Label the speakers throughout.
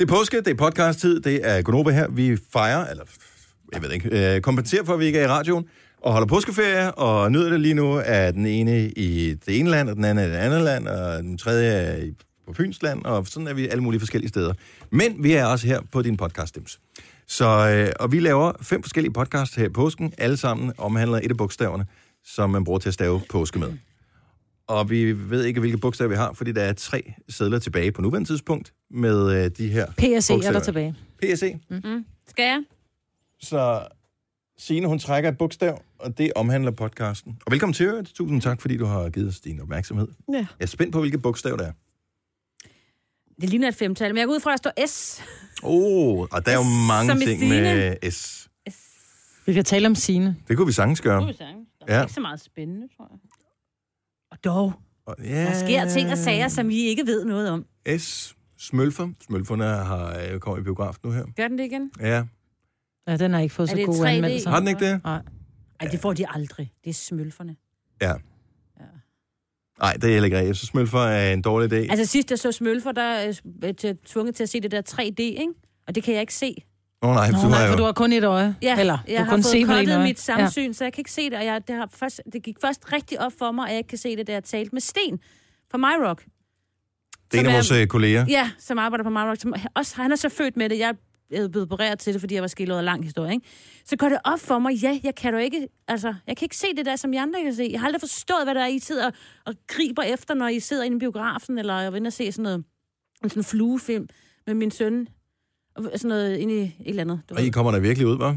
Speaker 1: Det er påske, det er podcast-tid, det er Gonova her. Vi fejrer, eller jeg ved ikke, øh, kompenserer for, at vi ikke er i radioen, og holder påskeferie, og nyder det lige nu af den ene i det ene land, og den anden i det andet land, og den tredje er i- på Fyns land, og sådan er vi alle mulige forskellige steder. Men vi er også her på din podcast, Dims. Så, øh, og vi laver fem forskellige podcasts her i påsken, alle sammen omhandler et af bogstaverne, som man bruger til at stave påske med. Og vi ved ikke, hvilke bogstaver vi har, fordi der er tre sædler tilbage på nuværende tidspunkt med øh, de her
Speaker 2: PSE E er der
Speaker 1: bogstaver.
Speaker 2: tilbage.
Speaker 1: PSE.
Speaker 3: Skal jeg?
Speaker 1: Så Signe, hun trækker et bogstav, og det omhandler podcasten. Og velkommen til, øvrigt. Tusind tak, fordi du har givet os din opmærksomhed.
Speaker 4: Ja.
Speaker 1: Jeg er spændt på, hvilket bogstav det er.
Speaker 3: Det ligner et femtal, men jeg går ud fra, at der står S.
Speaker 1: Åh, oh, og der er jo
Speaker 3: S-
Speaker 1: mange
Speaker 3: som i
Speaker 1: ting
Speaker 3: Signe.
Speaker 1: med S.
Speaker 2: Vi kan tale om sine.
Speaker 1: Det kunne vi sagtens gøre.
Speaker 3: Der
Speaker 1: Ja.
Speaker 3: er ikke så meget spændende, tror jeg. Og dog,
Speaker 1: Og, ja,
Speaker 3: der sker ting og sager, som I ikke ved noget om.
Speaker 1: S. Smølfer. Smølferne har øh, kommet i biografen nu her.
Speaker 3: Gør den det igen?
Speaker 1: Ja.
Speaker 2: Ja, den har ikke fået
Speaker 3: Er
Speaker 2: så
Speaker 3: det
Speaker 2: gode
Speaker 3: 3D?
Speaker 2: anmeldelser.
Speaker 1: Har den ikke det?
Speaker 2: Nej.
Speaker 3: Nej, det får de aldrig. Det er smølferne.
Speaker 1: Ja. Nej, det er heller ikke rigtigt. Så smølfer er en dårlig idé.
Speaker 3: Altså sidst jeg så smølfer, der er jeg tvunget til at se det der 3D, ikke? Og det kan jeg ikke se.
Speaker 1: Åh oh, nej,
Speaker 2: Nå,
Speaker 1: du har
Speaker 2: nej, for du
Speaker 1: jo...
Speaker 2: har kun et øje. Eller,
Speaker 3: jeg
Speaker 2: du
Speaker 3: har
Speaker 2: kun
Speaker 3: fået
Speaker 2: med et
Speaker 3: kottet
Speaker 2: øje.
Speaker 3: mit samsyn, ja. så jeg kan ikke se det. Og jeg, det, har først, det gik først rigtig op for mig, at jeg ikke kan se det, da jeg talte med Sten fra MyRock.
Speaker 1: Det er en af
Speaker 3: som
Speaker 1: vores øh, kolleger.
Speaker 3: Ja, som arbejder på MyRock. Som også, han er så født med det. Jeg er blevet opereret til det, fordi jeg var skildret af lang historie. Ikke? Så går det op for mig, ja, jeg kan jo ikke, altså, jeg kan ikke se det der, som I andre kan se. Jeg har aldrig forstået, hvad der er, I sidder og, og griber efter, når I sidder inde i biografen, eller jeg vil ind og se sådan noget, en sådan fluefilm med min søn, og sådan noget inde i et eller andet. Du
Speaker 1: Og I
Speaker 3: ved.
Speaker 1: kommer der virkelig ud, hva'?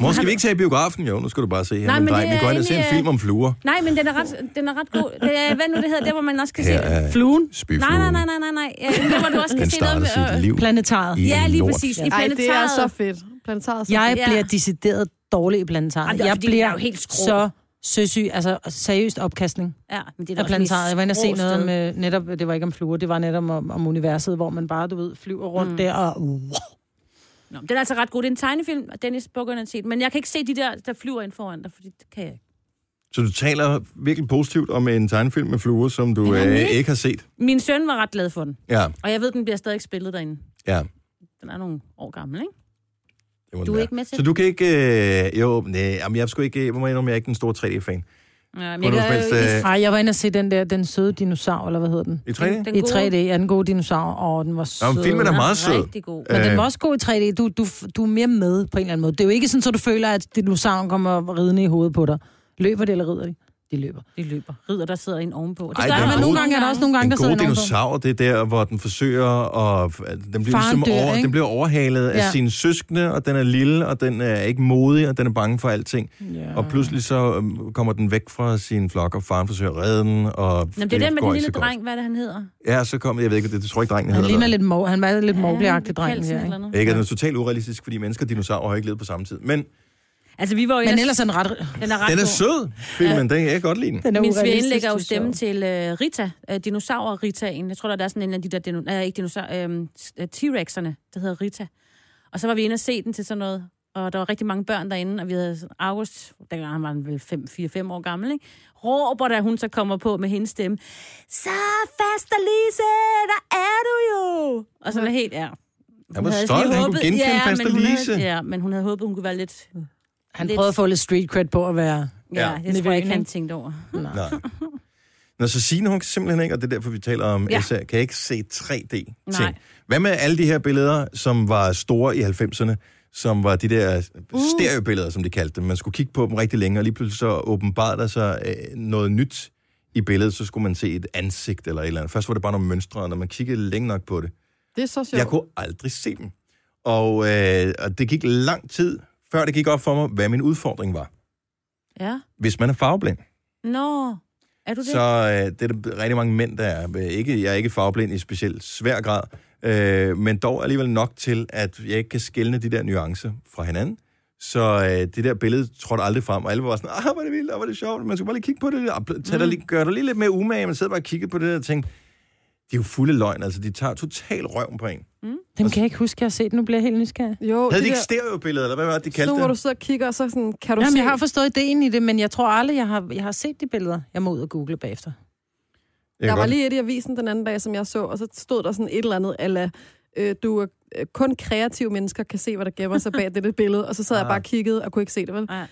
Speaker 1: Mor, skal vi ikke tage i biografen? Jo, nu skal du bare se her.
Speaker 3: Nej,
Speaker 1: min
Speaker 3: men
Speaker 1: dreng.
Speaker 3: det
Speaker 1: vi
Speaker 3: er
Speaker 1: går ind og ser en
Speaker 3: egentlig, øh,
Speaker 1: film om fluer.
Speaker 3: Nej, men den er ret, den er ret god. Det er, hvad nu det hedder, der hvor man også kan se
Speaker 1: Her
Speaker 3: det.
Speaker 1: er
Speaker 2: Fluen,
Speaker 1: spyfluen.
Speaker 3: Nej, nej, nej, nej, nej, nej. Ja, Der hvor du også kan
Speaker 1: Den
Speaker 3: se noget
Speaker 1: starter
Speaker 3: med...
Speaker 1: sit
Speaker 3: Øh,
Speaker 1: liv
Speaker 2: planetariet.
Speaker 1: i
Speaker 3: ja,
Speaker 1: en
Speaker 3: lige
Speaker 1: lort.
Speaker 3: præcis. I
Speaker 4: Ej, det er
Speaker 3: planetariet.
Speaker 4: så fedt. Planetariet er så
Speaker 2: Jeg
Speaker 3: Ja.
Speaker 2: bliver decideret dårlig i planetariet.
Speaker 3: Ej, det er
Speaker 2: jeg
Speaker 3: fordi, den er
Speaker 2: bliver
Speaker 3: jo helt skrå.
Speaker 2: så søsyg, altså seriøst opkastning
Speaker 3: Ja, men det er da
Speaker 2: af
Speaker 3: også
Speaker 2: planetariet. Jeg var inde og se
Speaker 3: skrå
Speaker 2: noget
Speaker 3: sted.
Speaker 2: med, netop, det var ikke om fluer, det var netop om, om universet, hvor man bare, du ved, flyver rundt mm. der og... Uh,
Speaker 3: Nå, men den er altså ret god. Det er en tegnefilm, og Dennis Bukkerne har set. Men jeg kan ikke se de der, der flyver ind foran dig, for det kan jeg ikke.
Speaker 1: Så du taler virkelig positivt om en tegnefilm med fluer, som du
Speaker 3: Den er
Speaker 1: øh,
Speaker 3: mega-
Speaker 1: ikke har set.
Speaker 3: Min søn var ret glad for den,
Speaker 1: Ja,
Speaker 3: og jeg ved, den bliver stadig spillet derinde.
Speaker 1: ja.
Speaker 3: Den er nogle år gammel, ikke?
Speaker 1: Det må
Speaker 3: Du
Speaker 1: den
Speaker 3: er
Speaker 1: være.
Speaker 3: ikke med til
Speaker 1: Så du kan ikke... Øh, jo, nej, jamen, jeg, er sgu ikke, øh, jeg må indrømme, jeg er ikke den store 3D-fan.
Speaker 3: Ja, men
Speaker 1: På noget som helst, øh,
Speaker 2: Ej, jeg var inde og se den der, den søde dinosaur, eller hvad hedder den?
Speaker 1: I 3D?
Speaker 3: den
Speaker 2: I 3D, ja, den gode dinosaur, og den var sød.
Speaker 1: Nå, men filmen er meget sød.
Speaker 3: Rigtig god.
Speaker 2: Men den
Speaker 1: Øh.
Speaker 2: var også god i 3D. Du, du, du er mere med på en eller anden måde. Det er jo ikke sådan, at du føler, at dinosauren kommer ridende i hovedet på dig. Løber de eller rider de? De løber.
Speaker 3: De løber. Ridder, der sidder en ovenpå. Det
Speaker 1: Ej,
Speaker 3: gør
Speaker 1: den
Speaker 3: man
Speaker 2: men
Speaker 1: gode-
Speaker 2: nogle gange er der også nogle gange,
Speaker 1: Den
Speaker 2: der sidder
Speaker 1: gode
Speaker 2: nogen på.
Speaker 1: dinosaur, det er der, hvor den forsøger at... Den bliver,
Speaker 2: Faren
Speaker 1: ligesom
Speaker 2: dør,
Speaker 1: over,
Speaker 2: ikke?
Speaker 1: den bliver overhalet af
Speaker 2: Ja.
Speaker 1: sine søskende, og den er lille, og den er ikke modig, og den er bange for alting.
Speaker 2: Ja.
Speaker 3: Ah.
Speaker 1: Og pludselig så øhm, kommer den væk fra sin flok, og faren forsøger at redde den, og
Speaker 3: Nå, men det er den med
Speaker 1: går
Speaker 3: den
Speaker 1: ikke
Speaker 3: lille
Speaker 1: så godt.
Speaker 3: dreng, hvad er det, han hedder?
Speaker 1: Ja, så kom, jeg ved ikke, det, det tror jeg ikke, drengen
Speaker 2: Han
Speaker 1: hedder.
Speaker 2: ligner lidt, mo- han var lidt
Speaker 3: Ja,
Speaker 2: mobleagtig drengen
Speaker 3: Kelsen
Speaker 2: her,
Speaker 3: eller
Speaker 2: ikke?
Speaker 3: noget.
Speaker 1: noget. Ikke, at den er totalt urealistisk, fordi mennesker og dinosaurer har ikke levet på samme tid. Men
Speaker 3: Altså, vi var jo
Speaker 2: Men
Speaker 3: ellers-
Speaker 2: ellers er den ret... altså.
Speaker 3: den er ret
Speaker 1: den er
Speaker 3: god.
Speaker 1: sød, filmen, den kan jeg godt lide.
Speaker 2: Den er
Speaker 3: Min svigerinde
Speaker 2: urealistisk,
Speaker 3: lægger jo
Speaker 2: synes jeg.
Speaker 3: stemmen til uh, Rita, uh, dinosaur-Ritaen. Jeg tror, der er sådan en af de der, dino, uh, ikke dinosaur, uh, T-Rex'erne, der hedder Rita. Og så var vi inde og se den til sådan noget, og der var rigtig mange børn derinde, og vi havde sådan- August, dengang han var han vel 4-5 år gammel, ikke? råber, da hun så kommer på med hendes stemme, så faster Lise, der er du jo! Og så var helt, ja.
Speaker 1: Han
Speaker 3: Hun
Speaker 1: var
Speaker 3: havde altså
Speaker 1: stolt,
Speaker 3: lige
Speaker 1: han kunne
Speaker 3: håbet-
Speaker 1: genkende
Speaker 3: ja,
Speaker 1: Faster
Speaker 3: men hun
Speaker 1: Lise.
Speaker 3: Havde, ja, men hun havde håbet, hun kunne være lidt... Ja,
Speaker 2: Han
Speaker 3: lidt-
Speaker 2: prøvede at få lidt street cred på at være...
Speaker 1: Ja.
Speaker 3: ja det tror jeg ikke, han tænkte over.
Speaker 1: Nej. Nå, så Signe, hun kan simpelthen ikke, og det er derfor, vi taler om ja.
Speaker 3: Ja.
Speaker 1: SA, kan ikke se 3D-ting.
Speaker 3: Nej.
Speaker 1: Hvad med alle de her billeder, som var store i 90'erne, som var de der uh. stereobilleder, som de kaldte dem. Man skulle kigge på dem rigtig længe, og lige pludselig så åbenbarede der sig øh, noget nyt i billedet, så skulle man se et ansigt eller et eller andet. Først var det bare nogle mønstre, og når man kiggede længe nok på det,
Speaker 4: Det er så sjovt.
Speaker 1: Jeg kunne aldrig se dem. Og, øh, og det gik lang tid, før det gik op for mig, hvad min udfordring var.
Speaker 3: Ja.
Speaker 1: Hvis man er farveblind.
Speaker 3: Nå, er du det?
Speaker 1: Så øh, det er der rigtig mange mænd, der er. Øh, Ikke, jeg er ikke farveblind i specielt svær grad, øh, men dog alligevel nok til, at jeg ikke kan skelne de der nuancer fra hinanden. Så øh, det der billede trådte aldrig frem, og alle var sådan, ah, hvor er det vildt, og hvor er det sjovt, man skulle bare lige kigge på det, og bl- tag dig
Speaker 4: Mm.
Speaker 1: lige, gør dig lige lidt mere umage, man sidder bare og kigger på det der og tænker, de er jo fulde løgn, altså de tager total røven på en.
Speaker 2: Dem kan jeg ikke huske, jeg har set. Nu bliver jeg helt nysgerrig.
Speaker 4: Jo,
Speaker 1: Havde de
Speaker 4: det
Speaker 1: ikke
Speaker 4: der,
Speaker 1: stereobilleder, eller hvad var det, de
Speaker 4: sådan,
Speaker 1: kaldte
Speaker 4: hvor du
Speaker 1: det?
Speaker 4: sidder og kigger, og så sådan, kan du
Speaker 2: Jamen,
Speaker 4: se...
Speaker 2: jeg har forstået ideen i det, men jeg tror aldrig, jeg har, jeg har set de billeder. Jeg må ud og google bagefter.
Speaker 1: Jeg
Speaker 4: Der
Speaker 1: kan
Speaker 4: var
Speaker 1: godt-
Speaker 4: lige et i avisen den anden dag, som jeg så, og så stod der sådan et eller andet, ala, øh, du er øh, kun kreative mennesker kan se, hvad der gemmer sig bag dette billede, og så sad jeg
Speaker 1: Ah.
Speaker 4: bare og kiggede og kunne ikke se det, vel?
Speaker 3: Ja,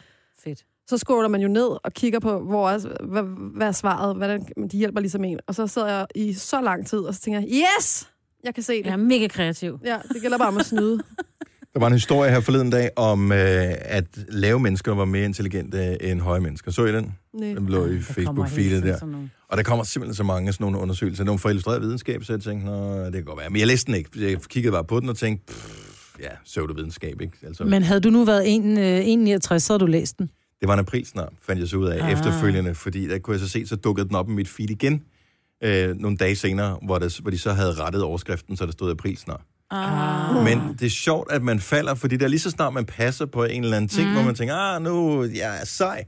Speaker 3: fedt.
Speaker 4: Så scroller man jo ned og kigger på, hvor er, hvad, hvad er svaret, hvordan, men de hjælper ligesom en. Og så sad jeg i så lang tid, og så tænker jeg, yes! Jeg kan se
Speaker 3: Jeg er
Speaker 4: det.
Speaker 3: mega kreativ.
Speaker 4: Ja, det gælder bare om at snyde.
Speaker 1: Der var en historie her forleden dag om, øh, at lave mennesker var mere intelligente end høje mennesker. Så I den?
Speaker 4: Næ.
Speaker 1: Den lå i
Speaker 3: Der kommer hele
Speaker 1: Facebook-feedet
Speaker 3: tiden
Speaker 1: der.
Speaker 3: sådan nogle-
Speaker 1: Og der kommer simpelthen så mange af sådan nogle undersøgelser. Nogle fra illustreret videnskab, så jeg tænkte, Nå, det kan godt være. Men jeg læste den ikke. Jeg kiggede bare på den og tænkte, pff, ja, pseudovidenskab, ikke? Altså,
Speaker 2: Men havde du nu været en, øh, 1,69, så havde du læst den.
Speaker 1: Det var en april snart, fandt jeg så ud af ah.
Speaker 2: Ah.
Speaker 1: efterfølgende, fordi der kunne jeg så se, så dukkede den op i mit feed igen øh, nogle dage senere, hvor, der, hvor de så havde rettet overskriften, så der stod april snart.
Speaker 3: Ah.
Speaker 1: Ah. Men det er sjovt, at man falder, fordi der lige så snart man passer på en eller anden ting, mm. hvor man tænker, ah, nu jeg er sej,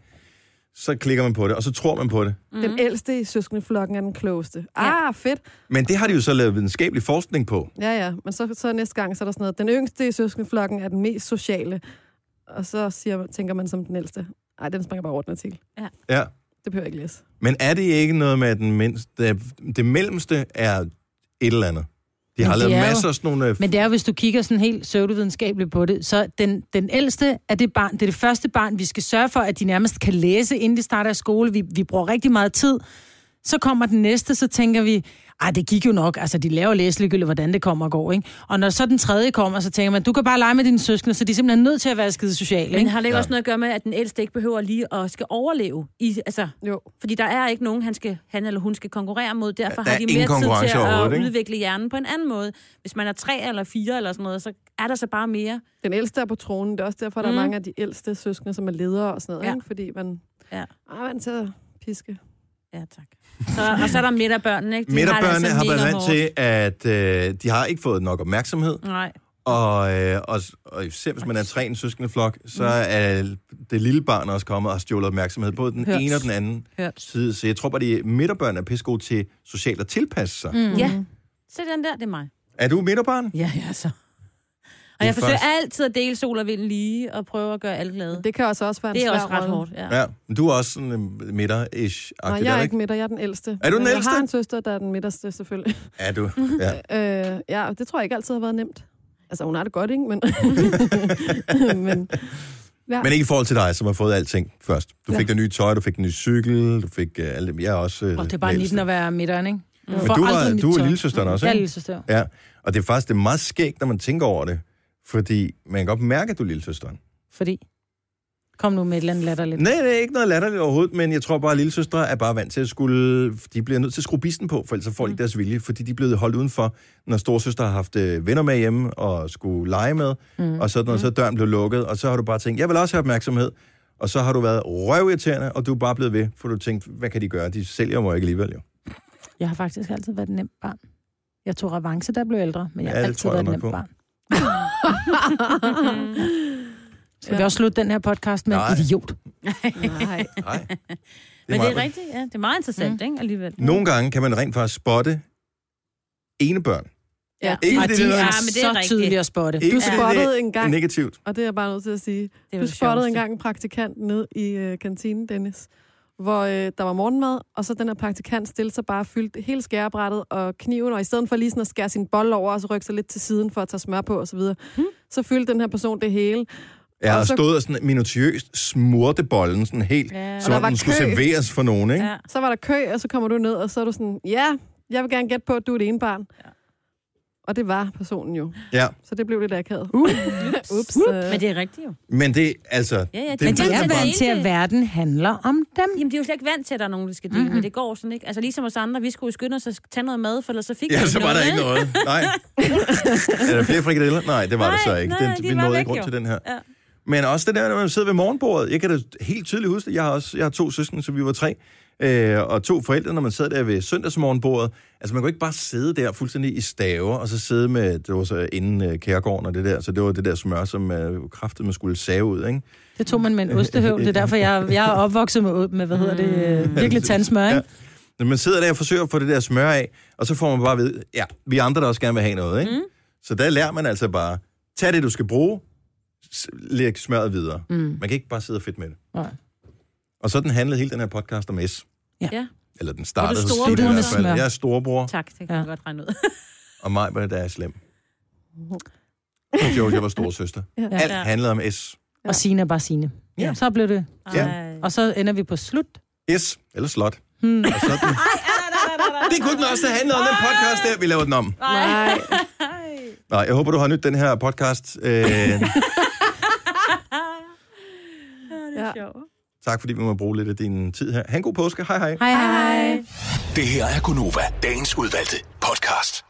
Speaker 1: så klikker man på det, og så tror man på det.
Speaker 4: Den ældste i søskendeflokken er den klogeste. Ah, fedt.
Speaker 1: Men det har de jo så lavet videnskabelig forskning på.
Speaker 4: Ja, ja. Men så, så næste gang, så er der sådan noget. Den yngste i søskendeflokken er den mest sociale. Og så siger, tænker man som den ældste. Ej, den springer bare over den artikel.
Speaker 1: Ja.
Speaker 4: Det behøver jeg ikke læse.
Speaker 1: Men er det ikke noget med, at den mindste, det mellemste er et eller andet? De har
Speaker 2: Men
Speaker 1: lavet
Speaker 2: det er jo-
Speaker 1: masser af sådan nogle... øh,
Speaker 2: Men det er jo, hvis du kigger sådan helt pseudovidenskabeligt på det, så den, den ældste er det barn, det er det første barn, vi skal sørge for, at de nærmest kan læse, inden de starter i skole. Vi, vi bruger rigtig meget tid. Så kommer den næste, så tænker vi, ej, det gik jo nok. Altså, de laver læselykkelig, hvordan det kommer og går, ikke? Og når så den tredje kommer, så tænker man, du kan bare lege med dine søskende, så de er simpelthen nødt til at være skide sociale,
Speaker 3: Men
Speaker 2: ikke?
Speaker 3: har det ikke
Speaker 1: Ja.
Speaker 3: ja. også noget at gøre med, at den ældste ikke behøver lige at skal overleve? I, altså,
Speaker 4: Jo.
Speaker 3: fordi der er ikke nogen, han, skal, han eller hun skal konkurrere mod. Derfor
Speaker 1: Ja, der
Speaker 3: har
Speaker 1: er
Speaker 3: de
Speaker 1: ingen
Speaker 3: mere tid
Speaker 1: konkurrence
Speaker 3: til at
Speaker 1: overhovedet, ikke?
Speaker 3: udvikle hjernen på en anden måde. Hvis man er tre eller fire eller sådan noget, så er der så bare mere.
Speaker 4: Den ældste er på tronen. Det er også derfor, der er
Speaker 3: Mm.
Speaker 4: mange af de ældste søskende, som er ledere og sådan noget.
Speaker 3: Ja.
Speaker 4: Ja. Ikke? Fordi man
Speaker 3: Ja.
Speaker 4: Ej, man er vant til at piske.
Speaker 3: Ja, tak. Så, og så er der midterbørnene, ikke?
Speaker 1: Midterbørnene har været
Speaker 3: altså mega
Speaker 1: vant til, at øh, de har ikke fået nok opmærksomhed,
Speaker 3: hårdt. Nej.
Speaker 1: og, øh, og, og især hvis man er tre i en søskendeflok, så er det lille barn også kommet og stjålet opmærksomhed på den
Speaker 3: Hørt.
Speaker 1: ene og den anden
Speaker 3: Hørt.
Speaker 1: side. Så jeg tror bare, at midterbørn er pisse gode til socialt at tilpasse sig. Mm.
Speaker 3: Mm. Ja. Se den der, det er mig.
Speaker 1: Er du midterbarn?
Speaker 3: Ja, ja, så.
Speaker 1: Det er
Speaker 3: Og jeg forsøger
Speaker 1: først-
Speaker 3: altid at dele sol og vind lige, og prøve at gøre alle glade.
Speaker 4: Det kan også, også være en
Speaker 3: Det er
Speaker 4: svær
Speaker 3: også ret
Speaker 4: rolle.
Speaker 3: hårdt, ja.
Speaker 1: Ja. Men du er også sådan øh, midter-ish.
Speaker 4: Nej, jeg er ikke midter, jeg er den ældste.
Speaker 1: Er du den
Speaker 4: Men
Speaker 1: ældste?
Speaker 4: Jeg har en søster, der er den midterste, selvfølgelig.
Speaker 1: Er du? Ja.
Speaker 4: Øh, ja, det tror jeg ikke altid har været nemt. Altså, hun har det godt, ikke? Men, men
Speaker 1: Men ikke i forhold til dig, som har fået alting først. Du
Speaker 4: Ja.
Speaker 1: fik ja. det nye tøj, du fik den nye cykel, du fik uh, alt det. Jeg er også... Uh,
Speaker 2: Og det er bare 19 at være midteren, ikke?
Speaker 3: Men
Speaker 1: Men du, var, du er lillesøsteren også,
Speaker 2: Ja,
Speaker 1: ikke?
Speaker 2: lille søster.
Speaker 1: Ja, og det er faktisk det er meget skægt, når man tænker over det. Fordi man kan godt mærke, at du er lillesøsteren.
Speaker 2: Fordi... Kom nu med et eller andet latterligt.
Speaker 1: Nej, det er ikke noget latterligt overhovedet, men jeg tror bare, at lillesøstre er bare vant til at skulle... De bliver nødt til at skrue bisten på, for ellers så får
Speaker 2: Mm.
Speaker 1: de ikke deres vilje, fordi de er blevet holdt udenfor, når storsøster har haft øh, venner med hjemme og skulle lege med, mm. og sådan noget, så er døren blev lukket, og så har du bare tænkt, jeg vil også have opmærksomhed, og så har du været røvirriterende, og du er bare blevet ved, for du tænkte, hvad kan de gøre? De sælger mig ikke alligevel, jo.
Speaker 2: Jeg har faktisk altid været et nemt barn. Jeg tog revanche, da jeg blev ældre, men jeg
Speaker 1: Ja,
Speaker 2: har
Speaker 1: det
Speaker 2: altid
Speaker 1: tror jeg
Speaker 2: været
Speaker 1: nok
Speaker 2: et nemt
Speaker 1: på.
Speaker 2: barn.
Speaker 3: Mm-hmm.
Speaker 2: Skal vi også slutte den her podcast med
Speaker 1: Nej.
Speaker 2: en idiot?
Speaker 4: nej.
Speaker 1: Nej.
Speaker 3: Men det er rigtigt, ja. Det er meget interessant, mm. ikke, alligevel.
Speaker 1: Nogle gange kan man rent faktisk spotte ene børn.
Speaker 4: Ja.
Speaker 1: Ikke
Speaker 2: Og
Speaker 1: fordi
Speaker 2: de
Speaker 1: det er noget-
Speaker 2: er,
Speaker 3: men det
Speaker 2: så
Speaker 3: er rigtigt.
Speaker 2: tydelige at spotte.
Speaker 1: Ikke
Speaker 4: Du
Speaker 1: fordi
Speaker 4: spottede
Speaker 1: det
Speaker 4: en
Speaker 1: er
Speaker 4: gang,
Speaker 1: negativt.
Speaker 4: og det er jeg bare nødt til at sige.
Speaker 3: Det er jo
Speaker 4: Du
Speaker 3: det
Speaker 4: spottede
Speaker 3: sjoveste.
Speaker 4: engang en praktikant ned i øh, kantinen, Dennis, hvor øh, der var morgenmad, og så den her praktikant stillede sig bare fyldt hele skærebrættet og kniven, og i stedet for lige sådan at skære sin bold over, og så rykke sig lidt til siden for at tage smør på osv., hmm. så fyldte den her person det hele.
Speaker 1: Ja, og
Speaker 4: Og så-
Speaker 1: stod og sådan minutiøst smurte bollen sådan helt, ja.
Speaker 3: Ja.
Speaker 1: som
Speaker 4: Og der
Speaker 1: om
Speaker 4: var
Speaker 1: den skulle
Speaker 4: kø.
Speaker 1: serveres for nogen, ikke? Ja.
Speaker 3: Ja.
Speaker 4: Så var der kø, og så kommer du ned, og så er du sådan, ja, jeg vil gerne gætte på, at du er det ene barn.
Speaker 3: Ja.
Speaker 4: Ja. Og det var personen jo.
Speaker 1: ja.
Speaker 4: Så det blev lidt akavet. Uh. Ups. Ups.
Speaker 3: Men det er rigtigt jo.
Speaker 1: Men det, altså... Ja,
Speaker 3: ja,
Speaker 1: det
Speaker 3: de
Speaker 1: er
Speaker 2: Men de
Speaker 3: nødt
Speaker 1: blevet
Speaker 3: til
Speaker 2: er
Speaker 3: at
Speaker 1: bare-
Speaker 2: vant til, at
Speaker 3: det.
Speaker 2: verden handler om dem.
Speaker 3: Jamen, de er jo slet ikke vant til, at der er nogen, der skal dele, mm-hmm. men det går sådan ikke. Altså, ligesom os andre, vi skulle jo skynde os at tage noget mad, for ellers så fik vi
Speaker 1: Ja, så var der ikke noget. Nej. er der flere frikadeller? Nej, det var
Speaker 3: Nej,
Speaker 1: der så ikke.
Speaker 3: nej,
Speaker 1: Den,
Speaker 3: de
Speaker 1: vi
Speaker 3: var
Speaker 1: nåede
Speaker 3: væk,
Speaker 1: ikke rundt
Speaker 3: jo.
Speaker 1: til den her.
Speaker 3: Ja.
Speaker 1: Men også det der, når man sidder ved morgenbordet. Jeg kan da helt tydeligt huske det. Jeg har, også, jeg har to søstre, så vi var tre. Øh, og to forældre, når man sad der ved søndagsmorgenbordet. Altså, man kunne ikke bare sidde der fuldstændig i staver, og så sidde med, det var så inden øh, kærgården og det der, så det var det der smør, som øh, kraftet man skulle save ud, ikke?
Speaker 2: Det tog man med en ostehøvl. Det er derfor, jeg, jeg er opvokset med, med hvad hedder det,
Speaker 3: Mm.
Speaker 2: øh, virkelig tandsmør, ikke?
Speaker 1: Når man sidder der og forsøger at få det der smør af, og så får man bare at vide, ja, vi andre der også gerne vil have noget, ikke? Mm. Så der lærer man altså bare, tag det, du skal bruge, s- læg smøret videre. Mm. Man kan ikke bare sidde og fedt med det.
Speaker 2: Nej.
Speaker 1: Og sådan handlede hele den her podcast om S.
Speaker 3: Ja.
Speaker 1: Eller den startede hos
Speaker 3: storebror
Speaker 1: Ditte i
Speaker 2: med
Speaker 1: hvert fald.
Speaker 2: smør?
Speaker 1: Jeg er storebror,
Speaker 3: Tak, det kan
Speaker 2: Ja.
Speaker 3: jeg godt regne ud.
Speaker 1: og mig var der er slem. Jojo var storsøster.
Speaker 4: Ja.
Speaker 1: Alt
Speaker 3: Ja.
Speaker 1: handlede om S.
Speaker 2: Og Sine er bare Sine.
Speaker 1: Ja.
Speaker 2: Ja. Så blev det.
Speaker 1: Ja.
Speaker 3: Ej.
Speaker 2: Og så ender vi på slut.
Speaker 1: S eller slot.
Speaker 2: Hmm.
Speaker 1: Og sådan. Det kunne den også have handlet om, den podcast der. Vi laver den om.
Speaker 4: Nej.
Speaker 1: Nå, jeg håber, du har nyt den her podcast. Øh,
Speaker 4: Ja.
Speaker 1: tak, fordi vi må bruge lidt af din tid her. Ha' en god påske. Hej hej.
Speaker 2: Hej hej. hej.
Speaker 5: Det her er Gunova, dagens udvalgte podcast.